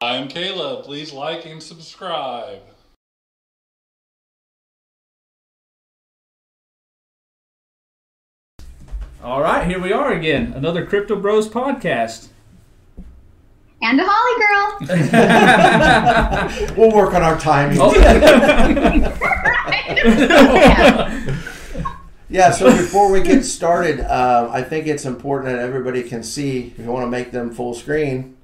I'm Caleb. Please like and subscribe. All right, here we are again. Another Crypto Bros podcast. And a Holly girl. We'll work on our timing. Yeah, so before we get started, uh, I think it's important that everybody can see, if you want to make them full screen,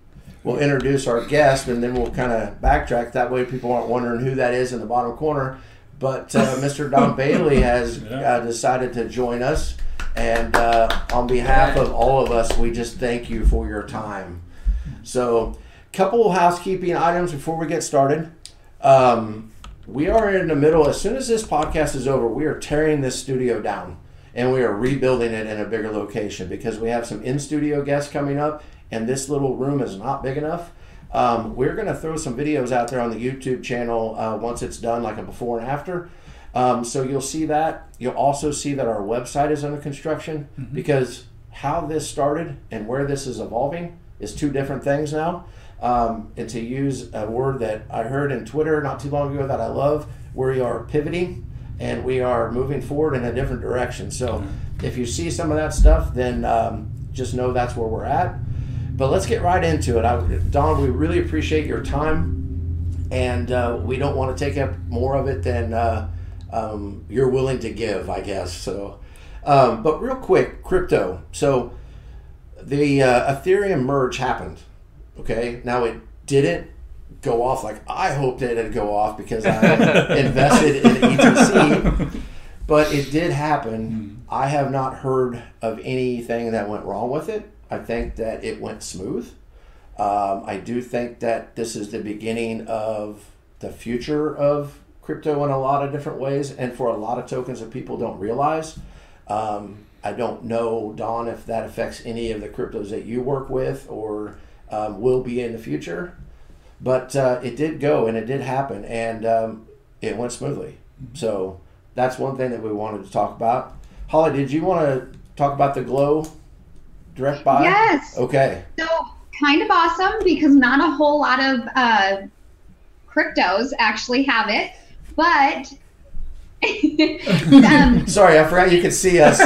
we'll introduce our guest and then we'll kind of backtrack. That way people aren't wondering who that is in the bottom corner. But uh, Mr. Don Bailey has uh, decided to join us. And uh, on behalf of all of us, we just thank you for your time. So, couple housekeeping items before we get started. Um, we are in the middle. As soon as this podcast is over, we are tearing this studio down and we are rebuilding it in a bigger location because we have some in studio guests coming up, and this little room is not big enough. Um, we're going to throw some videos out there on the YouTube channel uh, once it's done, like a before and after. Um, so you'll see that. You'll also see that our website is under construction because how this started and where this is evolving is two different things now. Um, and to use a word that I heard in Twitter not too long ago that I love, we are pivoting and we are moving forward in a different direction. So if you see some of that stuff, then um, just know that's where we're at. But let's get right into it. I, Don, we really appreciate your time and uh, we don't want to take up more of it than uh, um, you're willing to give, I guess. So, um, but real quick, crypto. So, the uh, Ethereum merge happened. Okay, now it didn't go off like I hoped it would go off because I invested in ETC, but it did happen. I have not heard of anything that went wrong with it. I think that it went smooth. Um, I do think that this is the beginning of the future of crypto in a lot of different ways, and for a lot of tokens that people don't realize. Um, I don't know, Don, if that affects any of the cryptos that you work with or um, will be in the future, but uh, it did go and it did happen, and um, it went smoothly. So that's one thing that we wanted to talk about. Holly, did you want to talk about the Glow direct buy? Yes. Okay. So kind of awesome because not a whole lot of uh, cryptos actually have it, but. um, Sorry, I forgot you could see us.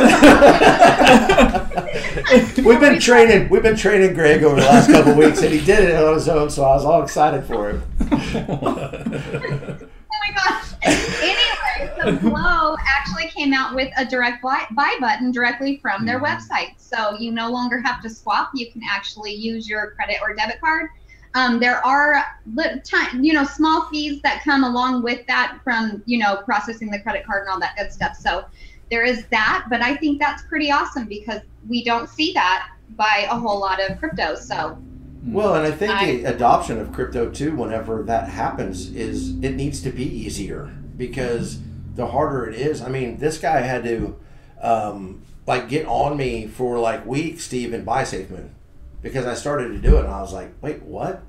we've been training. We've been training Greg over the last couple of weeks, and he did it on his own. So I was all excited for him. oh my gosh. anyway, so Glow actually came out with a direct buy, buy button directly from their website. So you no longer have to swap. You can actually use your credit or debit card. Um, there are li- ti- you know small fees that come along with that from you know processing the credit card and all that good stuff. So there is that, but I think that's pretty awesome because we don't see that by a whole lot of cryptos. So Well, and I think I- the adoption of crypto too, whenever that happens, is it needs to be easier because the harder it is. I mean, this guy had to um, like get on me for like weeks to even buy SafeMoon because I started to do it and I was like, wait, what?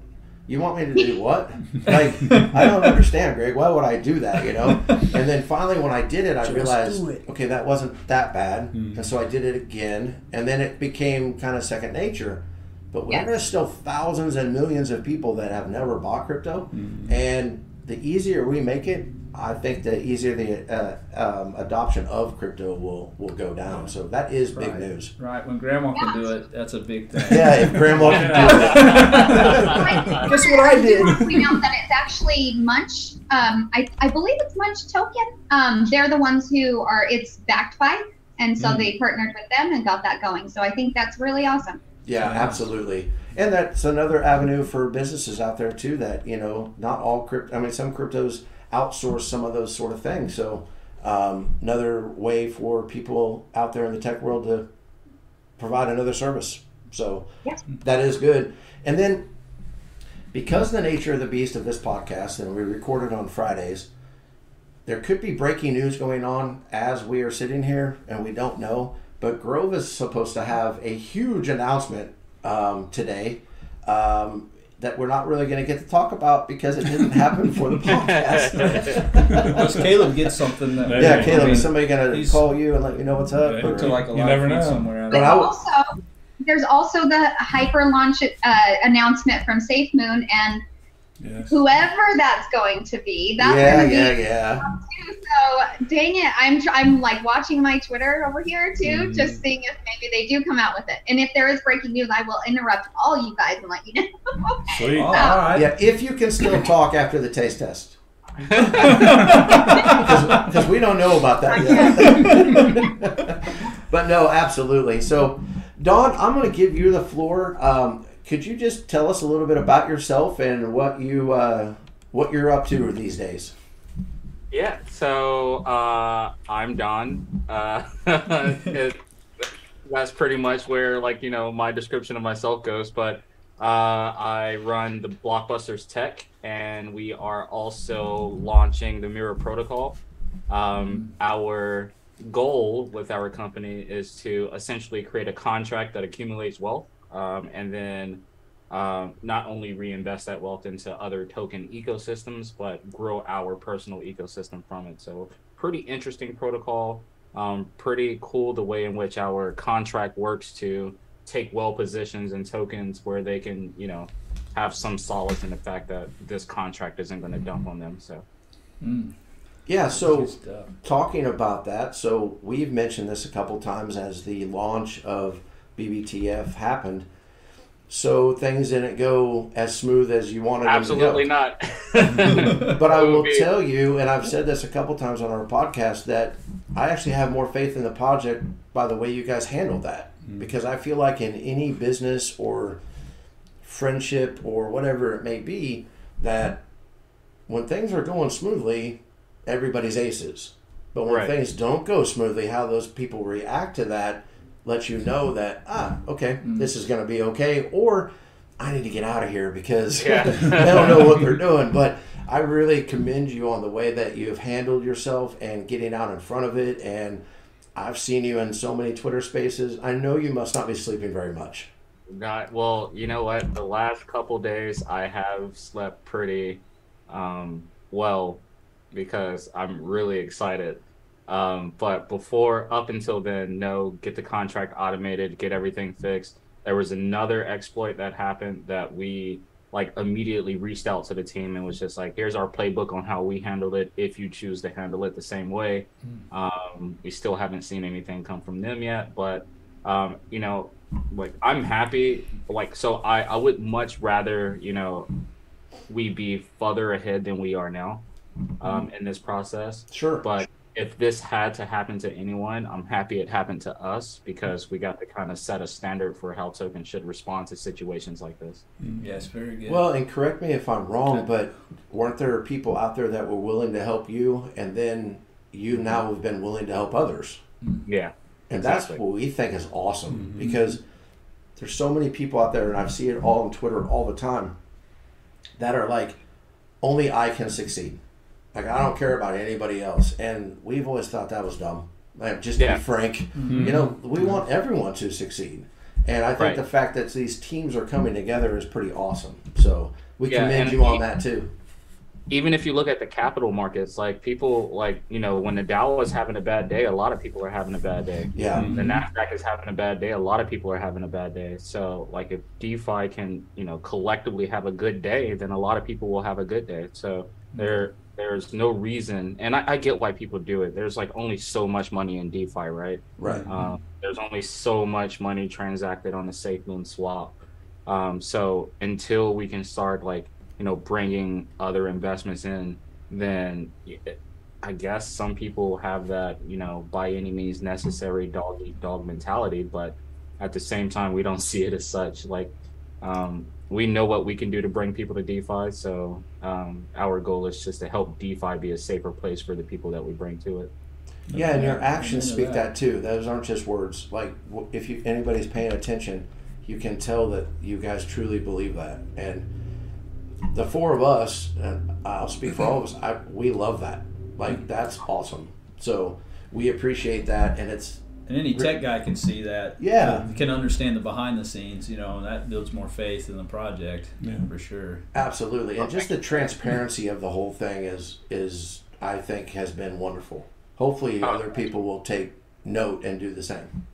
You want me to do what? Like, I don't understand, Greg. Why would I do that? You know. And then finally, when I did it, I realized, okay, that wasn't that bad, and so I did it again, and then it became kind of second nature. But when Yeah. there's still thousands and millions of people that have never bought crypto, and the easier we make it, I think the easier the uh, um, adoption of crypto will will go down. So that is big Right. news. right, when grandma can do it, that's a big thing. Yeah, if Grandma can do it. Guess what I did? want to point out that it's actually Munch. Um, I, I believe it's Munch Token. Um, they're the ones who are it's backed by, and Mm-hmm. so they partnered with them and got that going. So I think that's really awesome. Yeah, Yeah. absolutely. And that's another avenue for businesses out there too. That you know, not all crypto. I mean, some cryptos outsource some of those sort of things. So um, another way for people out there in the tech world to provide another service. So Yeah. that is good. And then because the nature of the beast of this podcast, and we record it on Fridays, there could be breaking news going on as we are sitting here, and we don't know. But Grove is supposed to have a huge announcement um, today um, that we're not really going to get to talk about because it didn't happen for the podcast. Unless Caleb gets something that Yeah, yeah, I Caleb, mean, is somebody going to he's- call you and let you know what's up? Yeah, or- to like a You live never feed know. somewhere. I But But don't I- also, there's also the hyper launch uh, announcement from SafeMoon, and Yes. whoever that's going to be. That's yeah, gonna be yeah, yeah. too. So dang it, I'm tr- I'm like watching my Twitter over here too, Mm-hmm. Mm. just seeing if maybe they do come out with it. And if there is breaking news, I will interrupt all you guys and let you know. Oh, Sweet. all right. Yeah, if you can still talk after the taste test. Oh. Because we don't know about that yet. but no, absolutely. So, Dawn, I'm going to give you the floor. Um, could you just tell us a little bit about yourself and what you uh, what you're up to these days? Yeah, so uh, I'm Don. Uh, it, that's pretty much where, like, you know, my description of myself goes. But uh, I run the Blockbusters Tech, and we are also launching the Mirror Protocol. Um, our goal with our company is to essentially create a contract that accumulates wealth um, and then um, not only reinvest that wealth into other token ecosystems, but grow our personal ecosystem from it. So, pretty interesting protocol. Um, pretty cool the way in which our contract works to take well positions and tokens where they can, you know, have some solace in the fact that this contract isn't going to dump on them. So, Mm, Yeah, so good stuff. talking about that, so we've mentioned this a couple times as the launch of BBTF happened. So things didn't go as smooth as you wanted absolutely them to go. not. But I It would will be- tell you, and I've said this a couple times on our podcast, that I actually have more faith in the project by the way you guys handle that. Mm. Because I feel like in any business or friendship or whatever it may be, that when things are going smoothly, everybody's aces. But when Right. things don't go smoothly, how those people react to that lets you know that, ah, okay, this is going to be okay. Or I need to get out of here because Yeah. they don't know what they're doing. But I really commend you on the way that you've handled yourself and getting out in front of it. And I've seen you in so many Twitter spaces. I know you must not be sleeping very much. Not well. You know what? The last couple days, I have slept pretty um, well because I'm really excited. Um, but before, up until then, no, get the contract automated, get everything fixed. There was another exploit that happened that we like immediately reached out to the team and was just like, here's our playbook on how we handled it. If you choose to handle it the same way, um, we still haven't seen anything come from them yet. But um, you know, like I'm happy. Like so, I I would much rather you know we be further ahead than we are now um, in this process. Sure. But if this had to happen to anyone, I'm happy it happened to us because we got to kind of set a standard for how token should respond to situations like this. Yes, very good. Well, and correct me if I'm wrong, but weren't there people out there that were willing to help you, and then you now have been willing to help others? Yeah. And Exactly. Mm-hmm. that's what we think is awesome because there's so many people out there, and I see it all on Twitter all the time, that are like, only I can succeed. Like, I don't care about anybody else. And we've always thought that was dumb. Like, just to Yeah. Mm-hmm. be frank, you know, we want everyone to succeed. And I think Right. the fact that these teams are coming together is pretty awesome. So we Yeah, commend and you on e- that too. even if you look at the capital markets, like people, like you know, when the Dow is having a bad day, a lot of people are having a bad day. Yeah. Mm. Um, The Nasdaq is having a bad day. A lot of people are having a bad day. So, like, if DeFi can, you know, collectively have a good day, then a lot of people will have a good day. So there, there's no reason, and I, I get why people do it. There's like only so much money in DeFi, right? Right. Um, there's only so much money transacted on a safe moon swap. Um, so until we can start like you know bringing other investments in, then y- I guess some people have that you know by any means necessary dog eat dog mentality, but at the same time we don't see it as such. Like um, we know what we can do to bring people to DeFi, so um, our goal is just to help DeFi be a safer place for the people that we bring to it. Yeah, and your Yeah, I'm actions into speak that. that. too. Those aren't just words. Like w- if you anybody's paying attention, you can tell that you guys truly believe that. And the four of us, and I'll speak for all of us, I, we love that. Mm. Like that's awesome. So we appreciate that, and it's and any tech guy can see that. Yeah. Can understand the behind the scenes, you know, and that builds more faith in the project Yeah. for sure. absolutely and just the transparency of the whole thing is is I think has been wonderful. Hopefully, Uh, other people will take note and do the same.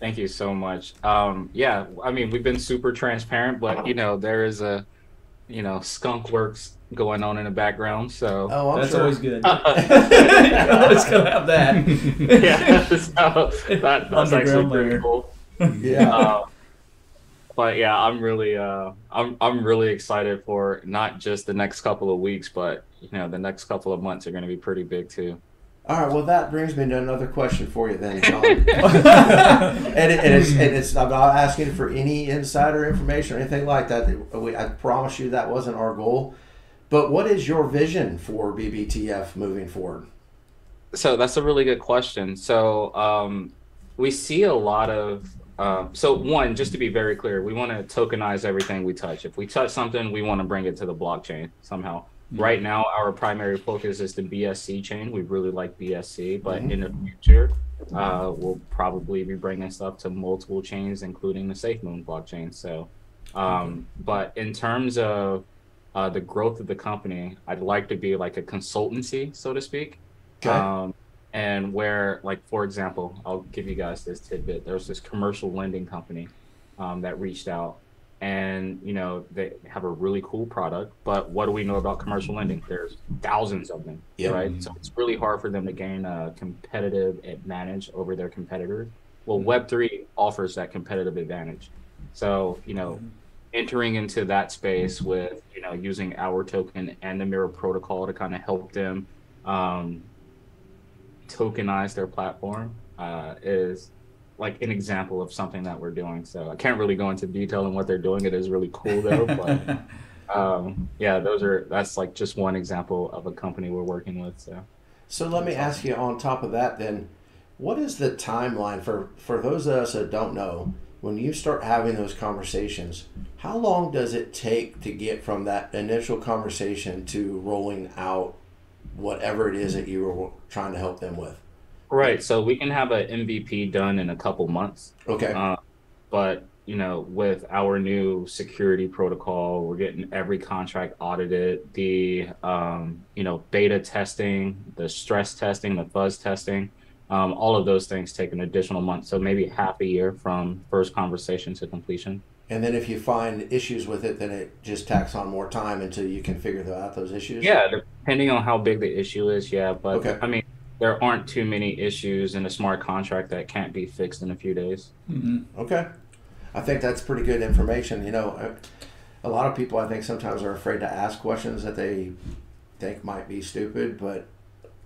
Thank you so much. Um, yeah, I mean, we've been super transparent, but you know, there is a you know skunk works going on in the background. So Oh, I'm That's sure. always good. You're always gonna have that. yeah, so that, that's actually Underground pretty layer. cool. yeah. Uh, but yeah, I'm really uh, I'm I'm really excited for not just the next couple of weeks, but you know the next couple of months are going to be pretty big too. All right. Well, that brings me to another question for you then, John. And, it, and it's and it's I'm not asking for any insider information or anything like that. We, I promise you that wasn't our goal. But what is your vision for BBTF moving forward? So that's a really good question. So um, we see a lot of um, so one just to be very clear, we want to tokenize everything we touch. If we touch something, we want to bring it to the blockchain somehow. Right now, our primary focus is the BSC chain. We really like BSC, but in the future, uh, we'll probably be bringing stuff to multiple chains, including the SafeMoon blockchain. So, um, but in terms of uh, the growth of the company, I'd like to be like a consultancy, so to speak. Okay. Um, and where, like, for example, I'll give you guys this tidbit. There's this commercial lending company um, that reached out, and you know they have a really cool product. But what do we know about commercial lending? There's thousands of them, Yep. right? So it's really hard for them to gain a competitive advantage over their competitors. Well, Web three offers that competitive advantage. So you know, entering into that space with you know using our token and the mirror protocol to kind of help them um, tokenize their platform uh, is like an example of something that we're doing so i can't really go into detail on what they're doing it is really cool though but um, yeah those are that's like just one example of a company we're working with so So let me ask you on top of that then, what is the timeline for for those of us that don't know, when you start having those conversations, how long does it take to get from that initial conversation to rolling out whatever it is that you were trying to help them with? right so we can have an mvp done in a couple months Okay. Uh, but you know, with our new security protocol, we're getting every contract audited. The um, you know beta testing, the stress testing, the fuzz testing, um, all of those things take an additional month. So maybe half a year from first conversation to completion. And then if you find issues with it, then it just tacks on more time until you can figure tho- out those issues. Yeah, depending on how big the issue is. Yeah, but Okay. I mean, there aren't too many issues in a smart contract that can't be fixed in a few days. Mhm. Okay. I think that's pretty good information. You know, uh, a lot of people I think sometimes are afraid to ask questions that they think might be stupid, but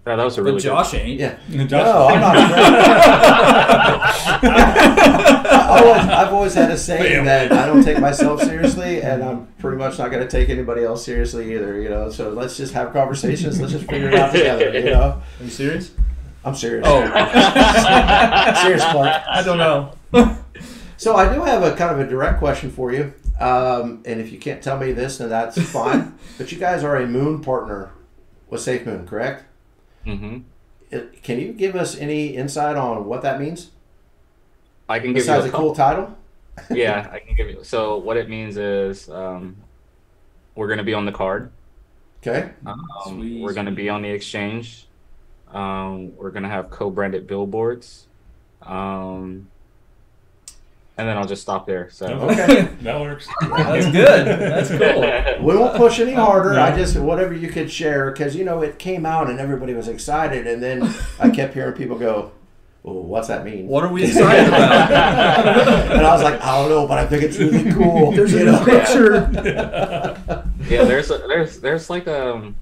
Yeah, that was a But really good- Josh ain't. yeah. Josh, No, I'm not afraid. I always, I've always had a Bam. saying that I don't take myself seriously, and I'm pretty much not going to take anybody else seriously either. You know, so let's just have conversations. Let's just figure it out together. You know, Are you serious? I'm serious. Oh, serious, Clark. I don't know. So I do have a kind of a direct question for you, um, and if you can't tell me this, then that's fine. but you guys are a Moon partner with Safe Moon, correct? Mhm. It, can you give us any insight on what that means I can give you besides a a couple. cool title? yeah, I can give you. So what it means is um, we're going to be on the card. Okay, Um, Sweet. we're going to be on the exchange. Um, we're going to have co-branded billboards. Um, and then I'll just stop there. So okay. That works. That's good. That's cool. we won't push any harder. I No. just whatever you could share because you know it came out and everybody was excited, and then I kept hearing people go, "Well, what's that mean?" What are we excited about? and I was like, "I don't know, but I think it's really cool." you know? yeah, there's a, there's there's like um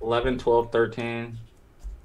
11, 12, 13,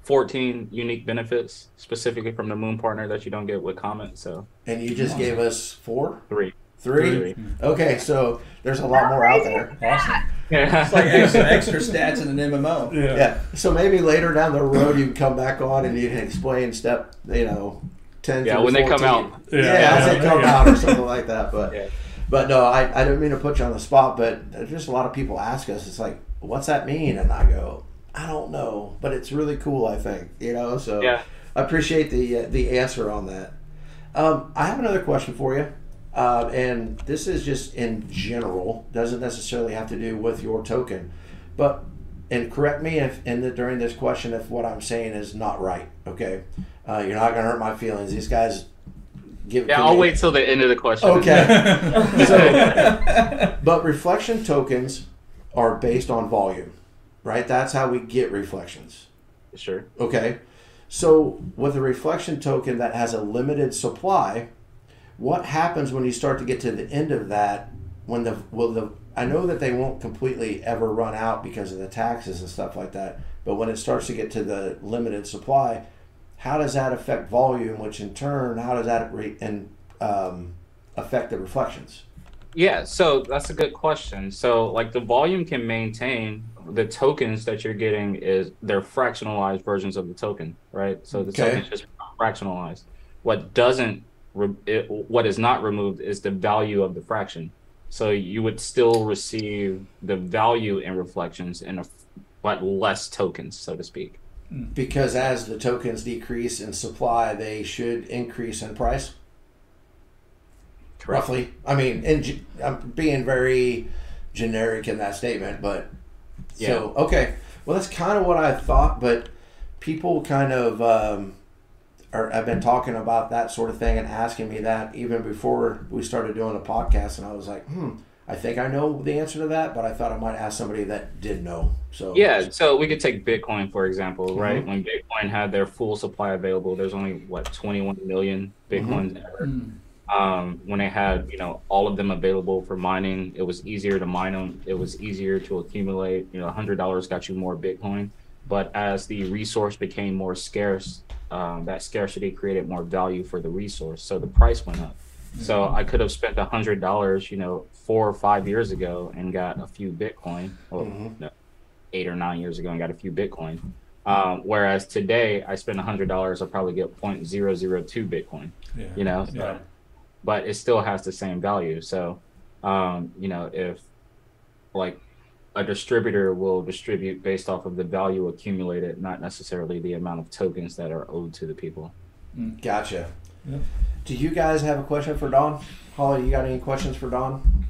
14 unique benefits specifically from the Moon partner that you don't get with Comet. So And you just gave us four. three. Three? Three. Okay, so there's a lot more out there. Awesome. Yeah. extra stats in an MMO. Yeah. So maybe later down the road you can come back on and you can explain step, you know, ten. Yeah, through when they come 14. out. Yeah, I said come out or something like that. But Yeah. but no, I, I don't mean to put you on the spot, but there's just a lot of people ask us, it's like, what's that mean? And I go, I don't know, but it's really cool. I think you know. So Yeah. I appreciate the uh, the answer on that. Um, I have another question for you, uh, and this is just in general, doesn't necessarily have to do with your token, but and correct me if in the, during this question if what I'm saying is not right. Okay, uh, you're not gonna hurt my feelings. These guys give. Yeah, I'll wait till the end of the question. Okay. so But reflection tokens are based on volume, right? That's how we get reflections. Sure. Okay. So with a reflection token that has a limited supply, what happens when you start to get to the end of that? When the will the I know that they won't completely ever run out because of the taxes and stuff like that. But when it starts to get to the limited supply, how does that affect volume? Which in turn, how does that re- and um, affect the reflections? Yeah, so that's a good question. So like the volume can maintain the tokens that you're getting is they're fractionalized versions of the token, right? So the Okay. token's just fractionalized. What doesn't re- it, what is not removed is the value of the fraction. So you would still receive the value in reflections in a f- but less tokens, so to speak. Because as the tokens decrease in supply, they should increase in price. roughly. I mean, in, ge- I'm being very generic in that statement, but so okay. Well, that's kind of what I thought, but people kind of um, are, have been talking about that sort of thing and asking me that even before we started doing the podcast, and I was like, hmm, I think I know the answer to that, but I thought I might ask somebody that did know. So Yeah, so we could take Bitcoin for example, right? When Bitcoin had their full supply available, there's only what 21 million Bitcoins ever. Um, when they had, you know, all of them available for mining, it was easier to mine them. It was easier to accumulate. You know, $100 got you more Bitcoin, but as the resource became more scarce, um, that scarcity created more value for the resource, so the price went up. So I could have spent a hundred dollars, you know, four or five years ago and got a few Bitcoin, or Mhm. no, eight or nine years ago and got a few Bitcoin. Um, whereas today I spend a hundred dollars, I'll probably get 0.002 Bitcoin, Yeah. you know, Yeah. but it still has the same value. So, um, you know, if like a distributor will distribute based off of the value accumulated, not necessarily the amount of tokens that are owed to the people. gotcha. Yeah. Do you guys have a question for Don? Holly, you got any questions for Don?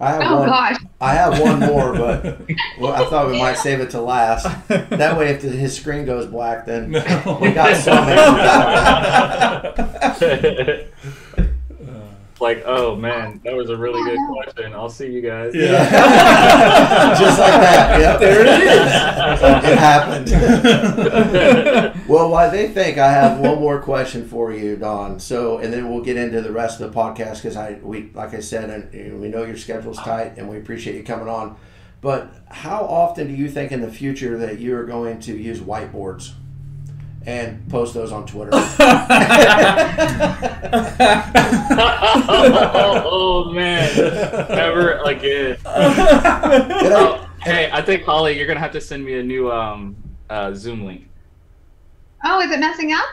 I have Oh one. gosh. I have one more, but well, I thought we might save it to last. That way, if his screen goes black, then No. we got something. like, oh man, that was a really good question. I'll see you guys. Yeah. Just like that. Yep. There it is. it happened. Yeah. well, while they think, I have one more question for you, Don. So, and then we'll get into the rest of the podcast because I, we, like I said, and, and we know your schedule's tight, and we appreciate you coming on. But how often do you think in the future that you are going to use whiteboards and post those on Twitter? oh, man, never again. You know, Oh, hey, I think Holly, you're gonna have to send me a new um, uh, Zoom link. Oh, is it messing up?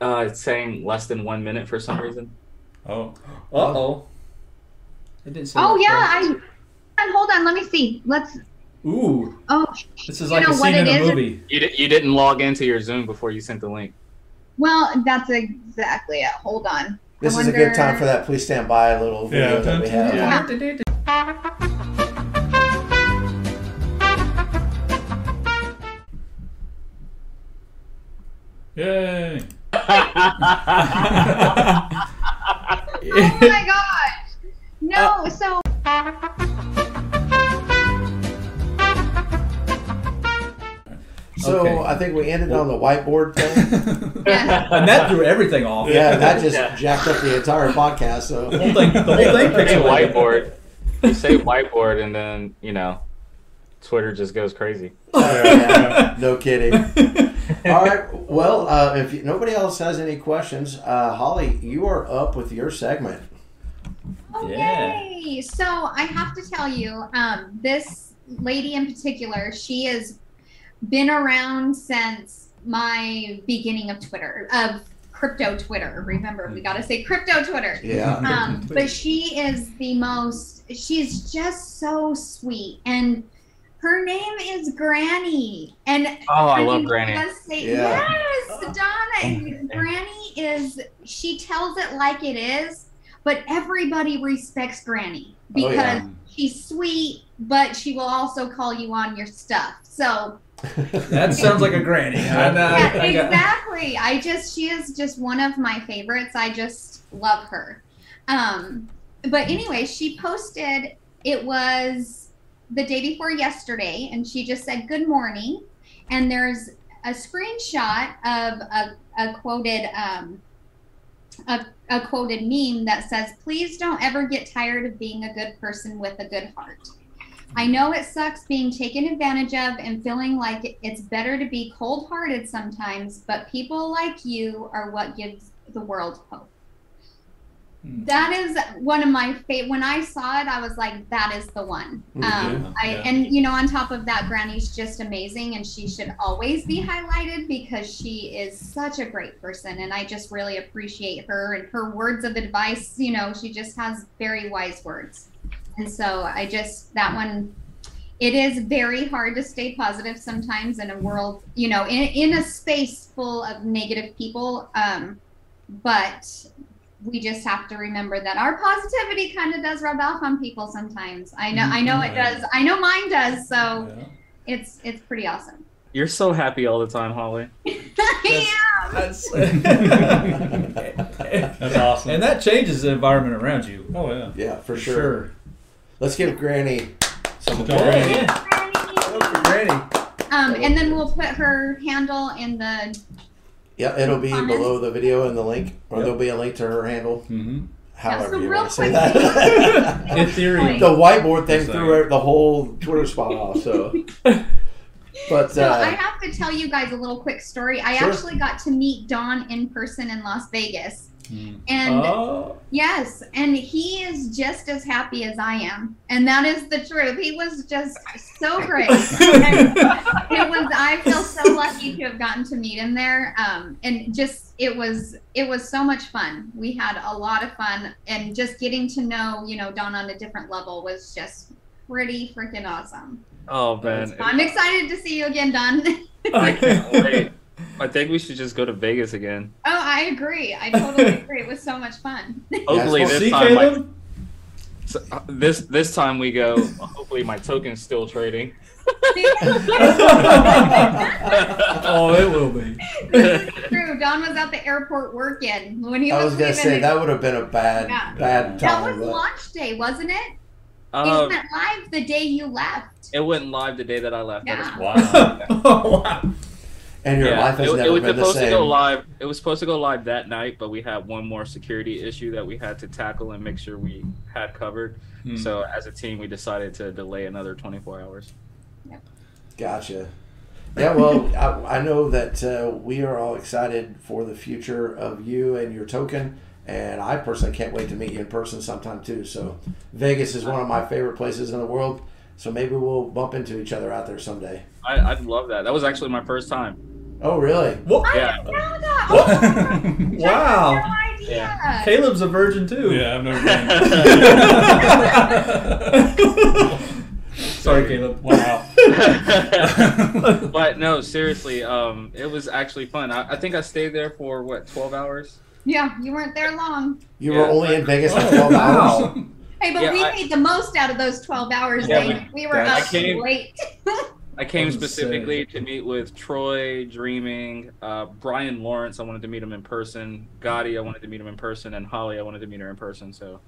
Uh, it's saying less than one minute for some reason. Oh. Uh oh. It didn't say. Oh that yeah, correct. I. and Hold on, let me see. Let's. Ooh, Oh, this is You like know a what scene in it a is? movie. You di- you didn't log into your Zoom before you sent the link. well, that's exactly it. Hold on. this is a good time for that. Please stand by little video Yeah. that we have. Yeah. Yay. Oh my gosh! Uh, No, so. So Okay. I think we ended on the whiteboard thing. Yeah. and that threw everything off. yeah, that just Yeah. jacked up the entire podcast. So The whole thing, the whole thing Say pixelated. whiteboard. You say whiteboard, and then you know, Twitter just goes crazy. Yeah, no kidding. All right. Well, uh, if you, nobody else has any questions, uh, Holly, you are up with your segment. Oh, Yeah. yay! So I have to tell you, um, this lady in particular, she has been around since my beginning of Twitter, of crypto Twitter. Remember, we got to say crypto Twitter. Yeah. Um, but she is the most, she's just so sweet. And her name is Granny. And Oh, I can love you Granny. just say- Yeah. Yes, Donna. Granny is she tells it like it is, but everybody respects Granny Oh, because yeah. she's sweet, but she will also call you on your stuff. So That sounds like a granny. I, I, yeah, I got- exactly. I just she is just one of my favorites. I just love her. Um, but anyway, she posted it was the day before yesterday, and she just said good morning. And there's a screenshot of a, a quoted um, a, a quoted meme that says, "Please don't ever get tired of being a good person with a good heart." I know it sucks being taken advantage of and feeling like it's better to be cold hearted sometimes, but people like you are what gives the world hope. Hmm. That is one of my favorite. When I saw it, I was like, that is the one. Mhm. Um, I, Yeah. And, you know, on top of that, Granny's just amazing and she should always be highlighted because she is such a great person. And I just really appreciate her and her words of advice. You know, she just has very wise words. And so I just, that one, it is very hard to stay positive sometimes in a world, you know, in, in a space full of negative people. Um, but we just have to remember that our positivity kind of does rub off on people sometimes. I know, I know it does. I know mine does. Hmm. So Yeah. it's it's pretty awesome. You're so happy all the time, Holly. yeah. That's, That's awesome. and that changes the environment around you. oh yeah. Yeah, for sure. Let's give Granny some Go ahead. applause. Granny. Um, and then we'll put her handle in the Yeah, it'll be Comments. below the video and the link, or Yep. there'll be a link to her handle. Mm-hmm. However the you real want to say quick that. In theory. Point. the whiteboard thing Just threw the whole Twitter spot off. So, but So I uh, have to tell you guys a little quick story. I Sure. actually got to meet Don in person in Las Vegas. Mm. And Oh, yes, and he is just as happy as I am. And that is the truth. He was just so great. And it was I feel so lucky to have gotten to meet him there. Um, and just it was it was so much fun. We had a lot of fun and just getting to know, you know, Don on a different level was just pretty freaking awesome. Oh man, I'm excited to see you again, Don. I can't wait. I think we should just go to Vegas again. Oh, I agree. I totally agree. It was so much fun. Hopefully Yeah, this Oh, See, time, like, Caleb? s- uh, this this time we go. Hopefully my token's still trading. oh, it will be. this is true. Don was at the airport working when he was, I was gonna leaving say the- that would have been a bad, Yeah. bad That was time. but- launch day, wasn't it? Um, it went live the day you left. it went live the day that I left. That is Yeah. Wow. oh, wow. and your life has it, never it was been the supposed same. to go live. It was supposed to go live that night, but we had one more security issue that we had to tackle and make sure we had covered. Hmm. Mm. So as a team, we decided to delay another 24 hours. Gotcha. Yeah, well, I, I know that uh, we are all excited for the future of you and your token, and I personally can't wait to meet you in person sometime too. So, Vegas is one of my favorite places in the world. So maybe we'll bump into each other out there someday. I, I love that. That was actually my first time. Oh, really? What? Yeah. I didn't know that. What? Oh, my gosh, I Wow. had no idea. Caleb's a virgin too. Yeah, I've never been. Sorry, Caleb. Wow. but no, seriously, um, it was actually fun. I, I think I stayed there for what 12 hours. Yeah, you weren't there long. You Yeah. were only in Vegas for Oh, 12 hours? wow. Hey, but Yeah, we I- made the most out of those 12 hours. Yeah, Dave. we, were I up came- late. I came Insane. specifically to meet with Troy, Dreaming, uh, Brian Lawrence. I wanted to meet him in person. Gotti, I wanted to meet him in person, and Holly, I wanted to meet her in person. So,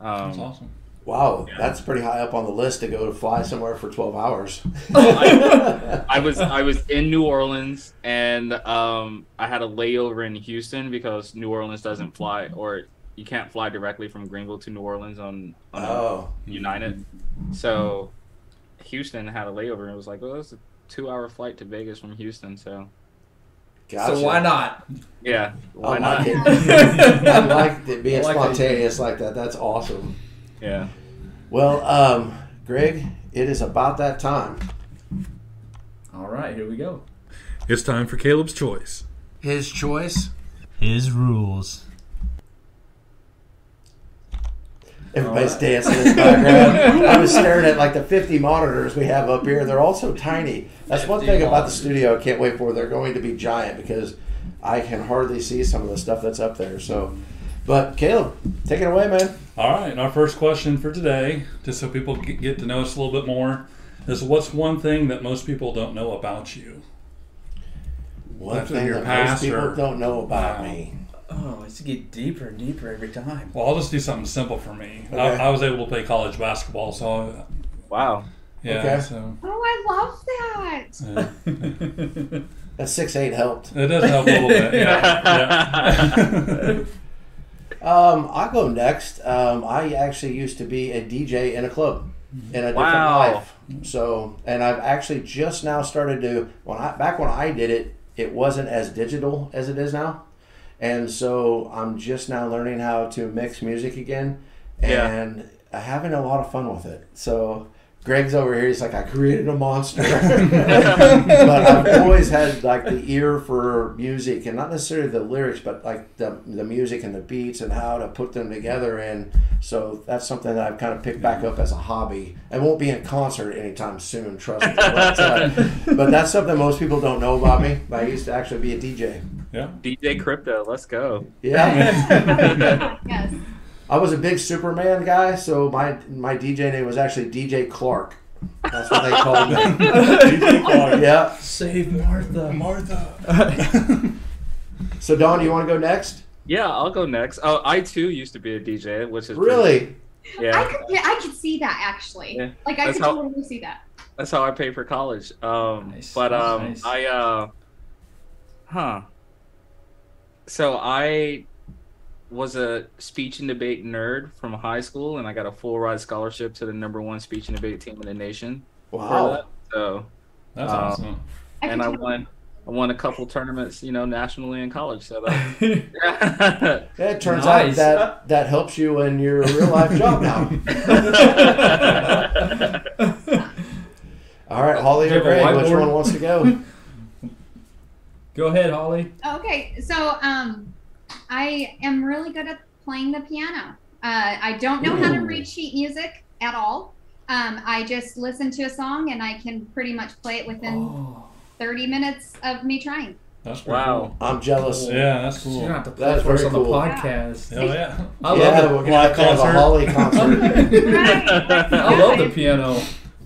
That's um, awesome. Wow, that's pretty high up on the list to go to fly somewhere for 12 hours. Oh, I- I was I was in New Orleans, and um, I had a layover in Houston because New Orleans doesn't Mm-hmm. fly, or you can't fly directly from Greenville to New Orleans on, on oh, United. So, Houston had a layover, and it was like, well, that's a two-hour flight to Vegas from Houston. So, gotcha. So why not? yeah, why I not? like it. I like it being I like that. spontaneous like that. That's awesome. Yeah. Well, um, Greg, it is about that time. All right, here we go. It's time for Caleb's choice. His choice. His rules. Everybody's All right. dancing in the background. I was staring at like the 50 monitors we have up here. They're all so tiny. That's one 50 thing about the monitors. studio I can't wait for. They're going to be giant because I can hardly see some of the stuff that's up there. So, but Caleb, take it away, man. All right, our first question for today, just so people g- get to know us a little bit more, is what's one thing that most people don't know about you? One That's thing your that most past people or- don't know about Wow. me. Oh, it's getting deeper and deeper every time. Well, I'll just do something simple for me. Okay. I, I was able to play college basketball, so uh, Wow. yeah. Okay. So Oh, I love that. yeah. That six eight helped. it does help a little bit. Yeah. yeah. Um, I'll go next. Um, I actually used to be a DJ in a club in a Wow. different life. So, and I've actually just now started to when I back when I did it, it wasn't as digital as it is now, and so I'm just now learning how to mix music again, Yeah. and having a lot of fun with it. So. Greg's over here. He's like, I created a monster. but I've always had like the ear for music, and not necessarily the lyrics, but like the the music and the beats and how to put them together. And so that's something that I've kind of picked back up as a hobby. I won't be in concert anytime soon, trust me. But, uh, but that's something most people don't know about me. I used to actually be a DJ. yeah. DJ Crypto, let's go. Yeah, yes. I was a big Superman guy, so my my DJ name was actually DJ Clark. That's what they called me. Yeah. Save Martha. Martha. So Don, do you want to go next? Yeah, I'll go next. Oh, I too used to be a DJ, which is pretty- Really? I yeah. could, yeah, I could see that actually. Yeah. Like I That's could how- totally see that. That's how I paid for college. Um, Nice, But that's um, nice. I, uh, huh. So I was a speech and debate nerd from high school, and I got a full ride scholarship to the number one speech and debate team in the nation for Wow. that. So, That's Uh, awesome. I could and I totally- won, I won a couple tournaments, you know, nationally in college. So that, It turns out Nice. that that helps you in your real life job now. All right, Holly Do you have or a Greg, which whiteboard? one wants to go? Go ahead, Holly. Okay, so um, I am really good at playing the piano. Uh, I don't know how to Ooh. read sheet music at all. Um, I just listen to a song and I can pretty much play it within Oh, 30 minutes of me trying. That's pretty wow. I'm jealous. Cool. Yeah, that's you cool. don't Oh have to play That's for us very on cool. the podcast. yeah. I yeah, love we're it. gonna have to have a concert. Holly concert. Right, that's I love the nice. piano.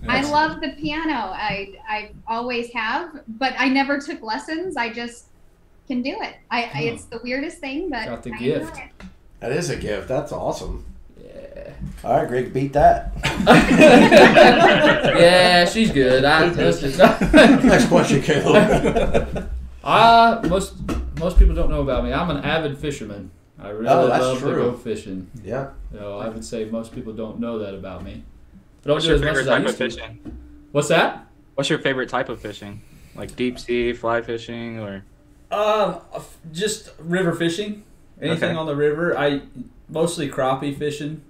I love the piano. I I always have, but I never took lessons. I just can do it. I, I it's the weirdest thing, but Got the I enjoy gift. it. that is a gift. That's awesome. Yeah. All right, Greg, beat that. yeah, she's good. I that's just Next question, Caleb. I most most people don't know about me. I'm an avid fisherman. I really Oh, that's love to true. go fishing. yeah. So I would say most people don't know that about me. But I don't What's do your as much favorite as I type of used to. fishing? What's that? What's your favorite type of fishing? Like deep sea, fly fishing, or Um, just river fishing. Anything Okay. on the river. I mostly crappie fishing.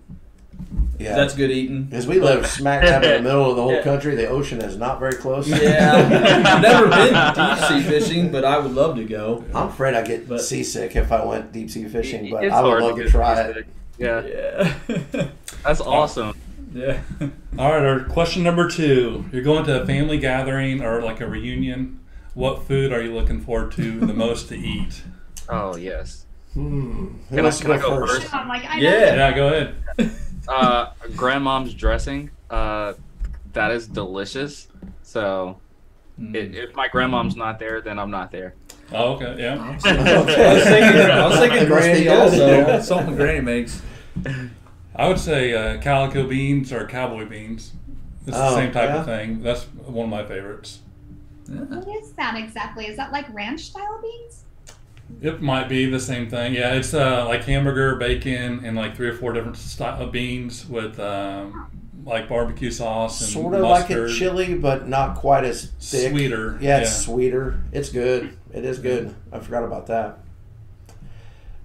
Yeah. good eating. because we live smack dab in the middle of the whole Yeah. country. The ocean is not very close. Yeah, I've never been deep sea fishing, but I would love to go. I'm afraid I'd get But- seasick if I went deep sea fishing, but It's I would hard love get to try it. Oh. seasick. Yeah, Yeah, that's awesome. yeah. All right, our question number two. You're going to a family gathering or like a reunion. What food are you looking forward to the most to eat? Oh yes. Hmm. Who Can I- wants to can I go go first? first? I'm like I Yeah. Yeah, go ahead. Uh, grandmom's dressing. Uh, that is delicious. So, Mm. it, if my grandmom's not there, then I'm not there. Oh, okay. Yeah. I was thinking, I was thinking It must be granny all there. also. Something granny makes. I would say uh, calico beans or cowboy beans. It's the Oh, same type yeah. of thing. That's one of my favorites. What is that exactly? Is that like ranch style beans? It might be the same thing. Yeah, it's uh, like hamburger, bacon, and like three or four different style of beans with um, like barbecue sauce and Sort of like mustard. a chili, but not quite as thick. Sweeter. Yeah, it's Yeah. sweeter. It's good. It is good. I forgot about that.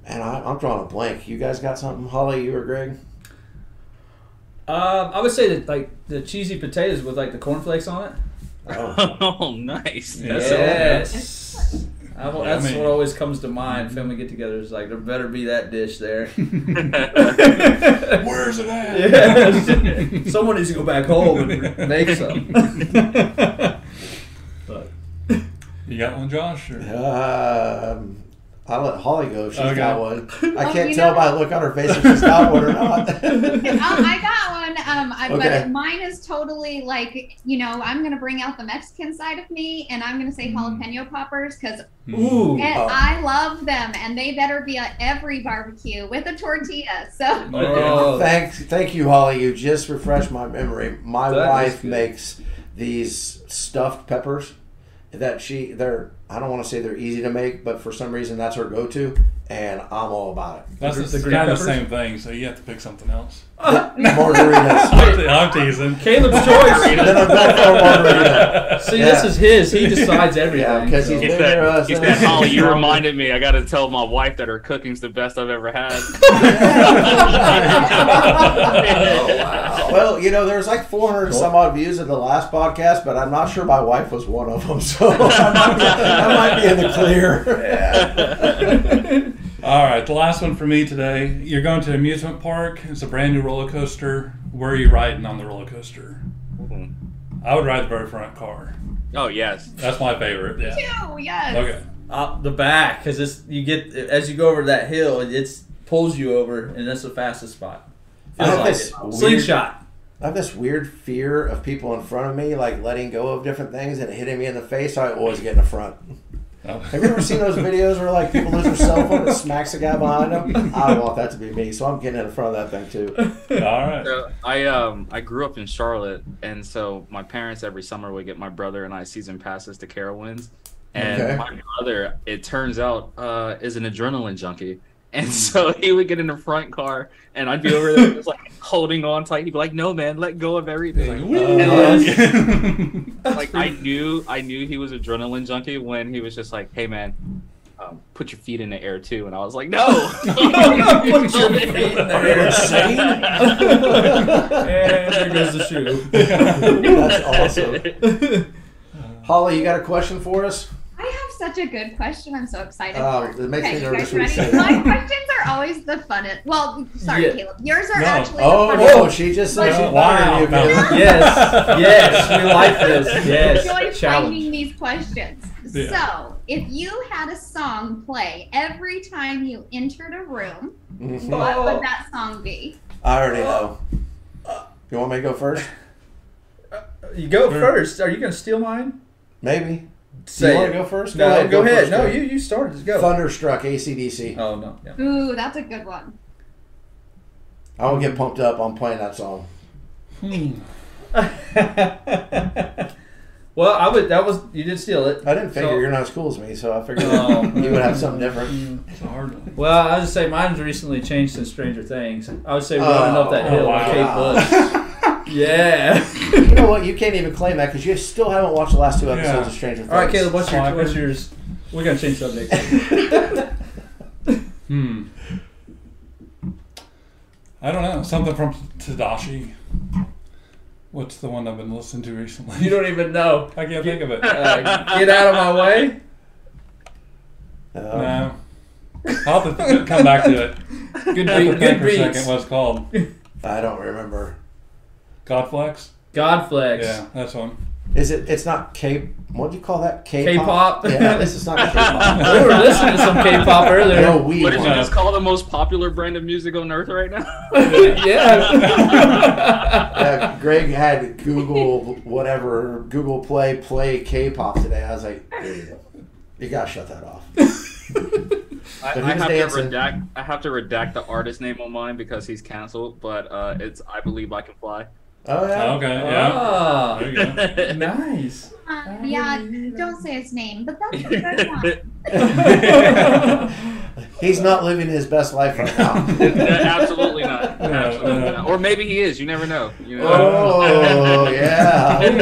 And I, I'm drawing a blank. You guys got something, Holly? You or Greg? Um, I would say that like the cheesy potatoes with like the cornflakes on it. Oh, Um, oh, nice. That's yes. I will- Yeah, I that's mean- what always comes to mind. Family get-togethers, like there better be that dish there. Where's it at? Yes. Someone needs to go back home and make some. but You got one, Josh? Or? um, I let Holly go. if She's Okay. got one. I Oh, can't you tell know- by the look on her face if she's got one or not. um, I got one, um, I, Okay. but mine is totally like you know I'm gonna bring out the Mexican side of me, and I'm gonna say jalapeno poppers because Ooh. Oh. I love them, and they better be at every barbecue with a tortilla. So Oh. Thanks, thank you, Holly. You just refreshed my memory. My That is wife good. makes these stuffed peppers that she they're I don't want to say they're easy to make, but for some reason that's her go-to, and I'm all about it. That's The the, green kind of peppers? the same thing, so you have to pick something else. Margaritas. I'm, te- I'm teasing. Caleb's then I'm choice. back for margarita. See, Yeah. this is his. He decides everything. Yeah, because he's so. Get bigger than that, us. get that, Holly. You reminded me. I got to tell my wife that her cooking's the best I've ever had. Oh, wow. Well, you know, there's like 400 and some odd views of the last podcast, but I'm not sure my wife was one of them, so I might be, I might be in the clear. All right, the last one for me today. You're going to an amusement park. It's a brand new roller coaster. Where are you riding on the roller coaster? Hmm. I would ride the very front car. Oh yes. That's my favorite. Yeah. two, yes. Okay. Up the back because it's you get as you go over that hill, it it's, pulls you over, and that's the fastest spot. I Feels have, like it. this weird, Slingshot. I have this weird fear of people in front of me, like letting go of different things and hitting me in the face. So I always get in the front. Oh. Have you ever seen those videos where like people lose their cell phone and smacks a guy behind them? I don't want that to be me, so I'm getting in front of that thing too. All right. So I um I grew up in Charlotte, and so my parents every summer would get my brother and I season passes to Carowinds, and Okay. my brother, it turns out, uh, is an adrenaline junkie. And so he would get in the front car, and I'd be over there just like holding on tight. He'd be like, "No, man, let go of everything." Uh, like I knew I knew he was adrenaline junkie when he was just like, "Hey man, um, put your feet in the air too," and I was like, "No, Put your feet in the air. Insane. and there goes the shoe. That's awesome. Holly, you got a question for us? I have such a good question. I'm so excited. Oh, for it makes me you guys nervous when you ready? say My that. questions are always the funnest. Well, sorry, Yeah. Caleb. Yours are No. actually Oh, the funnest. whoa, she just said she Wow. wow. No. Yes, yes, we like this. enjoy Yes, challenge. finding these questions. Yeah. So, if you had a song play every time you entered a room, Oh. what would that song be? I already know. You want me to go first? You go first. Are you gonna steal mine? Maybe. Do you Say want to it. go first? No, go, ahead. first, No, Greg. you you started. Just go. Thunderstruck, ACDC. Oh no. Yeah. Ooh, that's a good one. I won't get pumped up. I'm playing that song. well, I would. That was you did steal it. I didn't figure So- you're not as cool as me, so I figured Oh. you would have something different. it's a hard one. Well, I would say mine's recently changed since Stranger Things. I would say Oh, running up that hill with wow. Kate Bush. Yeah. You know what? You can't even claim that because you still haven't watched the last two episodes Yeah. of Stranger Things. All right, Caleb. What's your Slacker. what's yours? We're gonna change subject. Hmm. I don't know. Something from Tadashi. What's the one I've been listening to recently? You don't even know. I can't think of it. Uh, get out of my way. Uh, no. I'll have to come back to it. Good I have to think beat. Good for a second beats. what it's called. I don't remember. Godflex? Godflex. Yeah, that's one. Is it? It's not K. What do you call that? K-pop? Yeah, this is not K-pop. We were listening to some K-pop earlier. no, we what did you want. just call the most popular brand of music on earth right now?" yeah. Uh, Greg had Google whatever Google Play play K-pop today. I was like, there you go. You gotta shut that off. I, But I he was have dancing. to redact. I have to redact the artist name on mine because he's canceled. But uh, it's I believe I can fly. Oh yeah. Okay, yeah. Ah, Oh, There you go. nice. Uh, yeah, don't say his name, but that's a good one. Oh. He's not living his best life right now. Absolutely not. No, Absolutely no. not. Or maybe he is. You never know. You know? oh yeah. And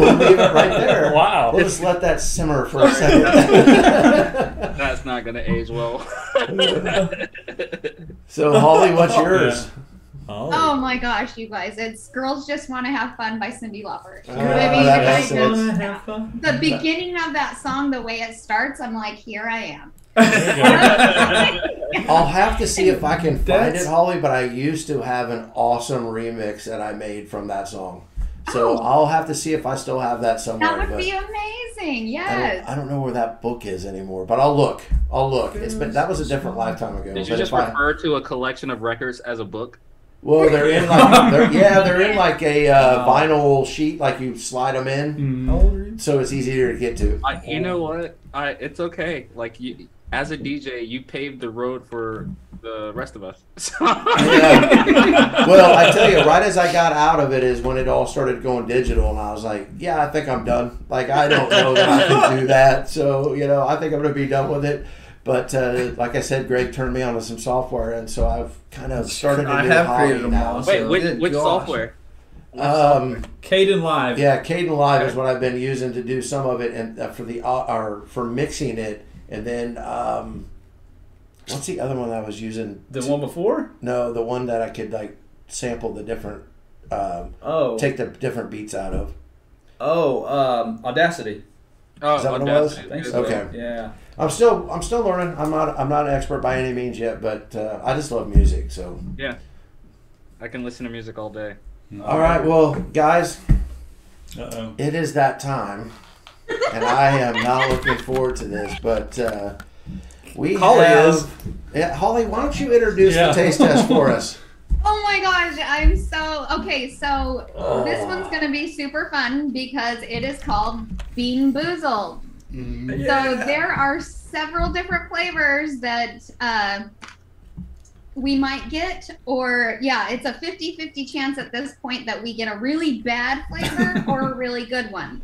we'll leave it right there. Wow. We'll just let that simmer for a second. That's not gonna age well. so Holly, what's yours? Oh my gosh, you guys! It's "Girls Just Want to Have Fun" by Cindy Lauper. Ah, I mean, that I makes just- sense. the beginning of that song, the way it starts, I'm like, here I am. I'll have to see if I can find That's- it, Holly. But I used to have an awesome remix that I made from that song. So I'll have to see if I still have that somewhere. Oh. That would Oh, but be amazing. I don't- Yes. I don't know where that book is anymore, but I'll look. I'll look. It's been that was a different lifetime ago. Did you but just if I- refer to a collection of records as a book? Well, they're in like they're, yeah, they're in like a uh, vinyl sheet, like you slide them in, Mm. How old are you? so it's easier to get to. I, you know what? I, it's okay. Like you, as a DJ, you paved the road for the rest of us. Yeah. Well, I tell you, right as I got out of it is when it all started going digital, and I was like, yeah, I think I'm done. Like I don't know that I can do that, so you know, I think I'm gonna be done with it. But uh, like I said, Greg turned me on to some software, and so I've kind of started. I I have have hobby created a now. monster. Wait, So, which, good which gosh. software? Um, Caden Live. Yeah, Caden Live is what I've been using to do some of it, and uh, for the uh, or for mixing it, and then um, what's the other one I was using? The one before? No, the one that I could like sample the different, um, Oh, take the different beats out of. oh, um, Audacity. Oh, Is that what it Audacity. Good. Thanks. so. Okay. Yeah. I'm still I'm still learning. I'm not I'm not an expert by any means yet, but uh, I just love music. So I can listen to music all day. all right, well guys, Uh-oh. it is that time, and I am not looking forward to this, but. Uh, we Holly have, is. Yeah, Holly, why don't you introduce Yeah. the taste test for us? Oh my gosh, I'm so okay. So Oh. this one's gonna be super fun because it is called Bean Boozled. Mm-hmm. So there are several different flavors that uh, we might get, or yeah, it's a 50 50 chance at this point that we get a really bad flavor or a really good one.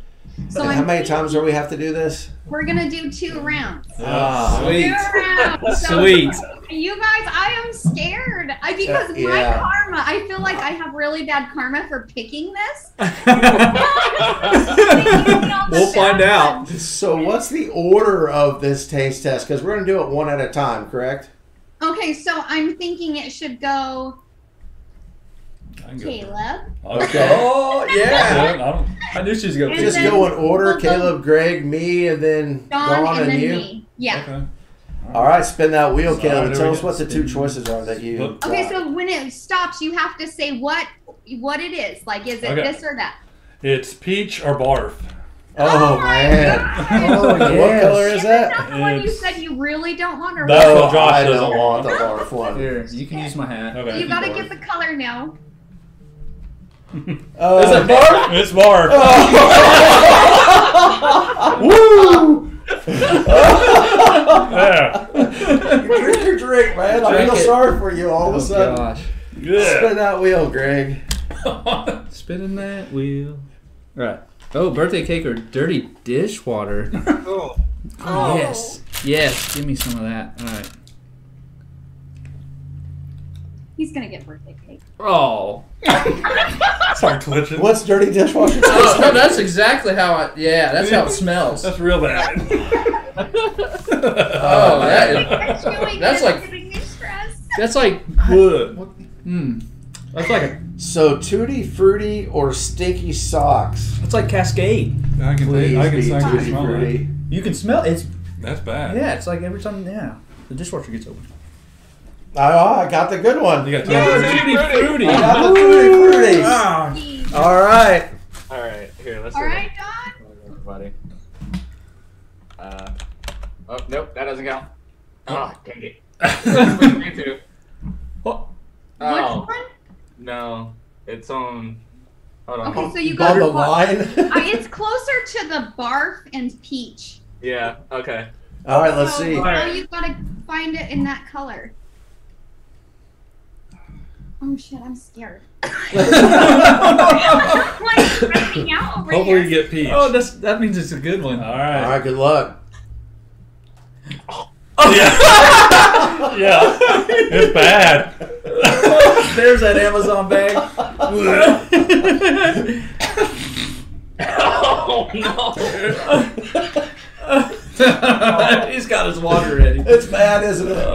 So And how I'm, many times do we have to do this? we're gonna do two rounds. Ah. Two Sweet. rounds. So Sweet. you guys, I am scared. I because my yeah. karma. I feel like I have really bad karma for picking this. We'll find out. So what's the order of this taste test? Because we're going to do it one at a time, correct? Okay, so I'm thinking it should go I can go. Caleb. Okay. Oh yeah. Yeah, I don't- I knew she was going And to Just then- go in order: we'll go- Caleb, Greg, me, and then Dawn, Dawn and and then you. me. Yeah. Okay. All right, spin that wheel, So, Caleb. there Tell we us go. what the two choices are that you. Okay, Okay, got. so when it stops, you have to say what what it is. Like, is it Okay. this or that? It's peach or barf. oh, my man, God. oh, what yes. color is that? That's the one you It's- said you really don't want to That's read. what oh, Josh I doesn't don't want want. the barf one. Here, you can use my hat. Okay. You gotta get the color now. Oh, Is it barf? It's barf. Uh, Oh, yeah. drink your drink, man. I Drink feel it. sorry for you all of Oh, a sudden. gosh. Spin that wheel, Greg. Yeah. Spinning that wheel. All right. Oh, birthday cake or dirty dishwater? Oh. Yes. Yes. Give me some of that. All right. He's gonna get birthday cake. Oh. Start twitching. What's dirty dishwasher? Oh, no, that's exactly how I. Yeah, that's how it smells. That's real bad. Oh, that is. Chewing That's is like- giving me stress. That's like. Wood. Hmm. That's like a. So tutti frutti or stinky socks? It's like Cascade. I can, Please I can be say I can tutti smell that. frutti. You can smell it. It's, That's bad. yeah, it's like every time. Yeah, the dishwasher gets open. Oh, I got the good one. You got two Tutti frutti. Ah. I got the tutti frutti. All right. All right, here, let's All do it. right, Don. Everybody. Uh, oh, nope, that doesn't count. Oh, dang it. Me too. What? Oh, Which one? no. It's on. Hold on. Okay, so you got On the one. I, line. Uh, it's closer to the barf and peach. Yeah, okay. All right, let's so see. Now you gotta find it in that color. Oh shit, I'm scared. I'm like freaking out over Hopefully here. you get peach. Oh, that's that means it's a good one. All All right. right, good luck. Yeah. yeah. It's bad. There's that Amazon bag. Oh, no. He's got his water ready. It's bad, isn't it?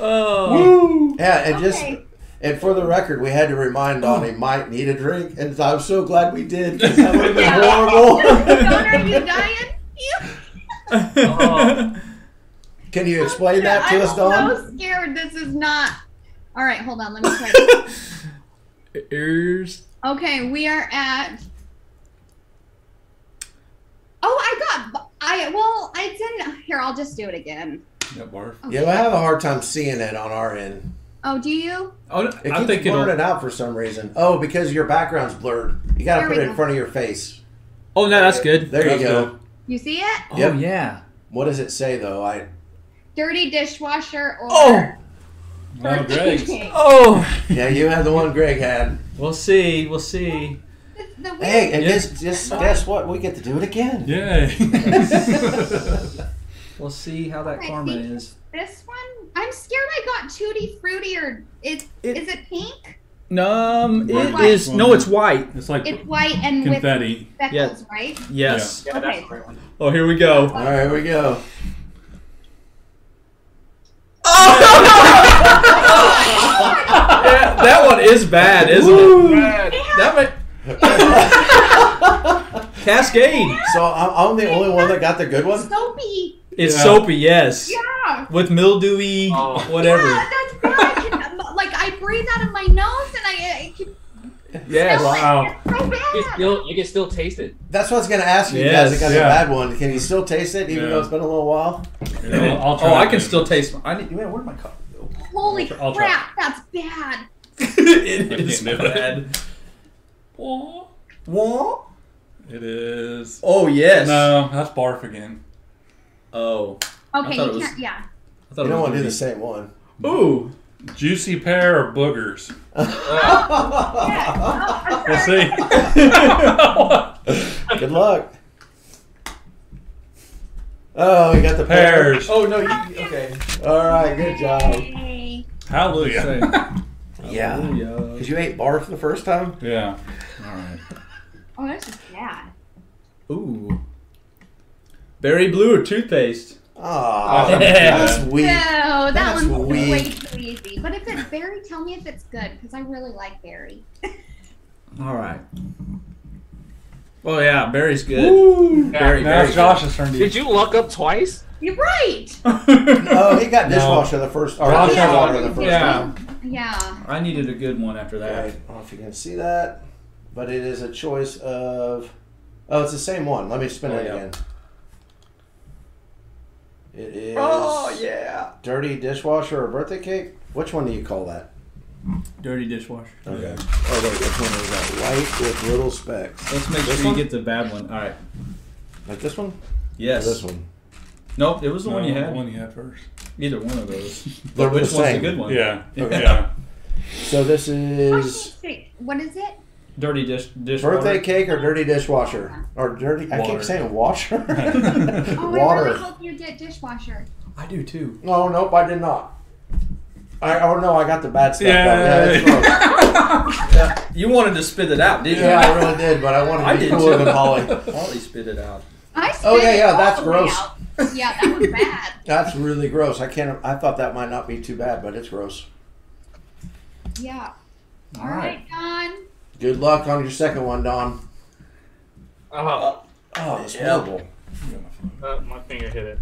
Oh. yeah, and just Okay. and for the record, we had to remind Don Oh. he might need a drink, and I'm so glad we did. 'cause That would Yeah. have been horrible. Don, are you dying? You- Can you explain that to us, I'm Don? so scared. This is not. All right, hold on. Let me try. ears. Okay, we are at. Oh, I got. I well, I didn't. Here, I'll just do it again. Yeah, barf. Yeah, I have a hard time seeing it on our end. Oh, do you? Oh, no, It I keeps think it'll. blurring it out for some reason. Oh, because your background's blurred. You got to There put we it in go. front of your face. Oh no, that's good. There That's you go. good. You see it? Oh Yep. yeah. What does it say though? I Dirty dishwasher or. Oh! No, Greg's. Oh. yeah, you had the one Greg had. We'll see. We'll see. Oh. The weird Hey, and Yeah. just just guess what? We get to do it again. Yay. We'll see how that Okay, karma thank you. is. This one, I'm scared I got tutti frutti or it, It- is it pink? Um, it White. is no, it's white. it's like It's white and confetti. with speckles, right? Yes. Yeah, that's Okay. the right one. Oh, here we go. All right, here we go. Yeah, that one is bad, isn't it? Red. That might... Cascade. So I'm, I'm the only one that got the good one. Soapy. It's Yeah. soapy, yes. Yeah. With mildewy, Oh. whatever. Yeah, that's bad. I can, like I breathe out of my nose and I, I can Yes. smell Wow. it. It's so You bad. can still, you can still taste it. That's what I was gonna ask you Yes. guys. I got Yeah. a bad one. Can you still taste it, even Yeah. though it's been a little while? You know, I'll try oh, I it can again. still taste. My, I need, man, where'd my cup? go? Holy I'll try. crap, that's bad. I it can't is do it. bad. Aw. What? It is. Oh yes. No, that's barf again. Oh, Okay, thought you it was- can't. Yeah. I thought You don't it want to do the was same one. Ooh, Juicy pear or boogers? yeah. Oh, I'm We'll sorry. see. Good luck. Oh, we got the Pears. pears. oh no. You, okay. All right, good job. Yay. Hallelujah. Yeah, yeah. because you ate barf the first time. Yeah. Oh, this is bad. Ooh, berry blue or toothpaste? Oh, Yeah. that's weak. No, that That's one's way weak. too easy. But if it's berry, tell me if it's good because I really like berry. All right. Oh yeah, Barry's good. Ooh. Barry, Now Barry. it's Josh's turn to Did you luck up twice? You're right. Oh, he got No. dishwasher the first. Or Yeah. dishwater the first Yeah. time. Yeah. I needed a good one after Okay, I that. don't know if you can see that, but it is a choice of. Oh, it's the same one. Let me spin Oh, it yeah. again. It is Oh yeah. dirty dishwasher or birthday cake. Which one do you call that? Dirty dishwasher. Okay. Oh wait, which one is that? White with little specks. Let's make sure you get the bad one. All right. Like this one? Or Yes. this one. Nope, it was the No, one you The had. one you had first. Either one of those. They're But which one's the the same. good one? Yeah. Oh, Okay. Yeah. So this Fucking is sick. What is it? Dirty dish dishwater. birthday cake or dirty dishwasher or dirty. I keep Water. saying washer. Oh, I Water. really hope you get dishwasher. I do too. No, nope, I did not. I oh no, I got the bad stuff. Yay. Yeah, yeah, that's close. You wanted to spit it out, didn't yeah, you? I really did, but I I wanted to did be cooler too. than Holly. Holly spit it out. I Oh, spit yeah, it yeah, all that's the way gross. out. Yeah, that was bad. That's really gross. I can't. I thought that might not be too bad, but it's gross. Yeah. All All right. right, Don. Good luck on your second one, Don. Oh, Oh, it's Yeah. horrible. uh, my finger hit it.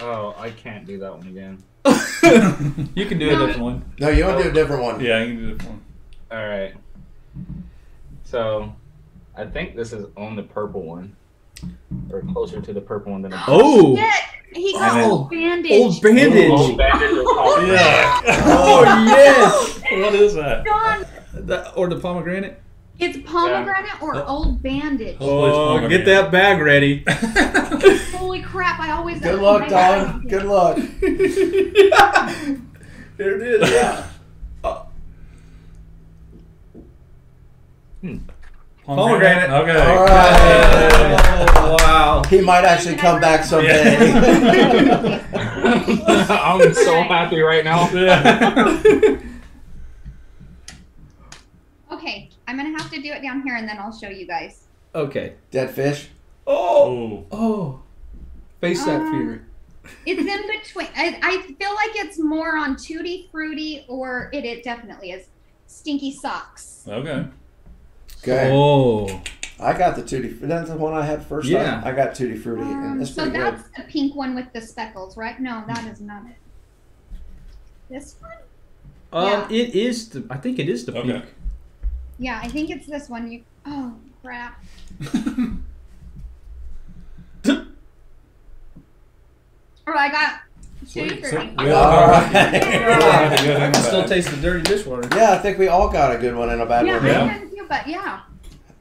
Oh, I can't do that one again. You can do a different one. No, you want to do a different one? Yeah, you can do this one. All right. So, I think this is on the purple one, or closer to the purple one than the Oh. Shit, he got Oh. old bandage. Old bandage. Oh, bandage or coffee. Oh yes. What is that? Don, That- or the pomegranate. it's pomegranate or old bandage. Hopefully it's Oh, pomegranate. get that bag ready. Holy crap! I always. Good luck, Don. Good luck. There it is. Yeah. Pomegranate. Okay. All right. Oh, wow. He might actually come back someday. I'm so happy right now. Yeah. Okay, I'm gonna have to do it down here, and then I'll show you guys. Okay. Dead fish. Oh. Oh. Oh. Face that fear. It's in between. I, I feel like it's more on tutti frutti, or it, it definitely is stinky socks. Okay. Okay. Oh. I got the tutti. That's the one I had first. Yeah. Time. I got tutti frutti, and Um, it's so pretty that's the pink one with the speckles, right? No, that is not it. This one? Um, it is the. I think it is the Okay. peak. Yeah, I think it's this one. You. Oh crap. Oh, I got two Sweet. for So, me. we all All got a right. good I and can still bad. taste the dirty dishwater. yeah, I think we all got a good one and a bad Yeah, one. Yeah. I can too, but yeah.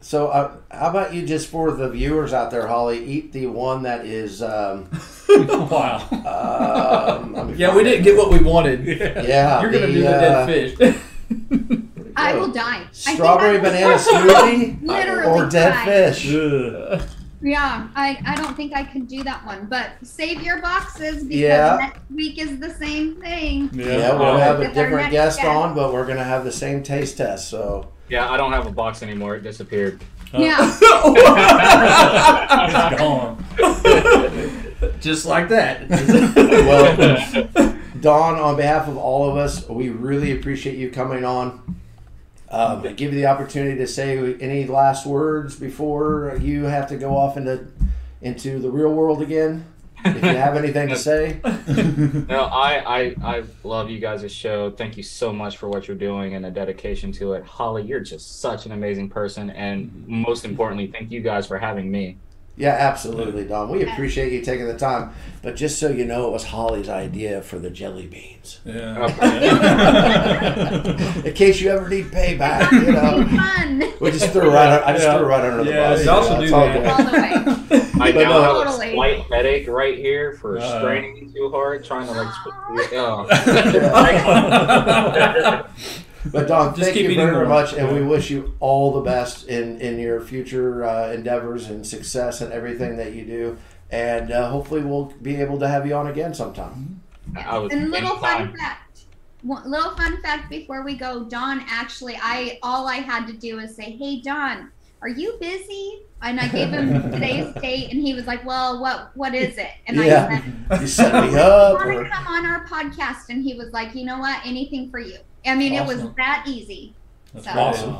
So, uh, how about you, just for the viewers out there, Holly, eat the one that is. Um, Wow. um, let me Yeah, find we it. didn't get what we wanted. Yeah, You're gonna the, do the uh, dead fish. I will die. Strawberry I think I banana smoothie Literally or dead die. fish. Ugh. Yeah, I, I don't think I can do that one, but save your boxes because Yeah. next week is the same thing. Yeah. Yeah, we'll Yeah. have a With our different next guest guest. on, but we're gonna have the same taste test. So Yeah, I don't have a box anymore. It disappeared. Oh. Yeah. It's gone. Just like that. Well- Don, on behalf of all of us, we really appreciate you coming on. Um, I give you the opportunity to say any last words before you have to go off into into the real world again. If you have anything to say, No, I, I I love you guys' show. Thank you so much for what you're doing and the dedication to it. Holly, you're just such an amazing person, and most importantly, thank you guys for having me. yeah, absolutely, Don. We appreciate you taking the time. But just so you know, it was Holly's idea for the jelly beans. Yeah. In case you ever need payback, you know, fun. we just threw it right. I just Yeah. threw it right under the Yeah, bus. they you know, also do it's all that. good. All the way. I But now no. Uh. have Totally. a slight headache right here for Uh-oh. straining too hard, trying to like. sp- Oh. But Don, Just thank keep you eating more. very much, and we wish you all the best in in your future uh, endeavors and success and everything that you do. And uh, hopefully, we'll be able to have you on again sometime. I was And little anytime. fun fact. One little fun fact before we go, Don. Actually, I all I had to do is say, "Hey, Don, are you busy?" And I gave him today's date, and he was like, "Well, what what is it?" And Yeah. Oh, I said, You set me "I up. want to Or, come on our podcast," and he was like, "You know what? Anything for you." I mean, it was Awesome. that easy. That's So- awesome.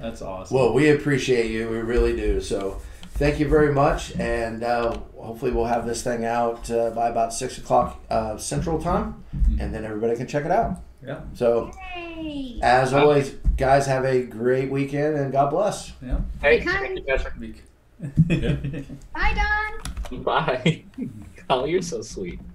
That's awesome. well, we appreciate you. We really do. So, thank you very much, and uh, hopefully, we'll have this thing out uh, by about six o'clock uh, Central Time, and then everybody can check it out. Yeah. So, Yay! as always, guys, have a great weekend, and God bless. Hey, Because- thank you guys for- Yeah. Bye, Don. bye. Holly, you're so sweet.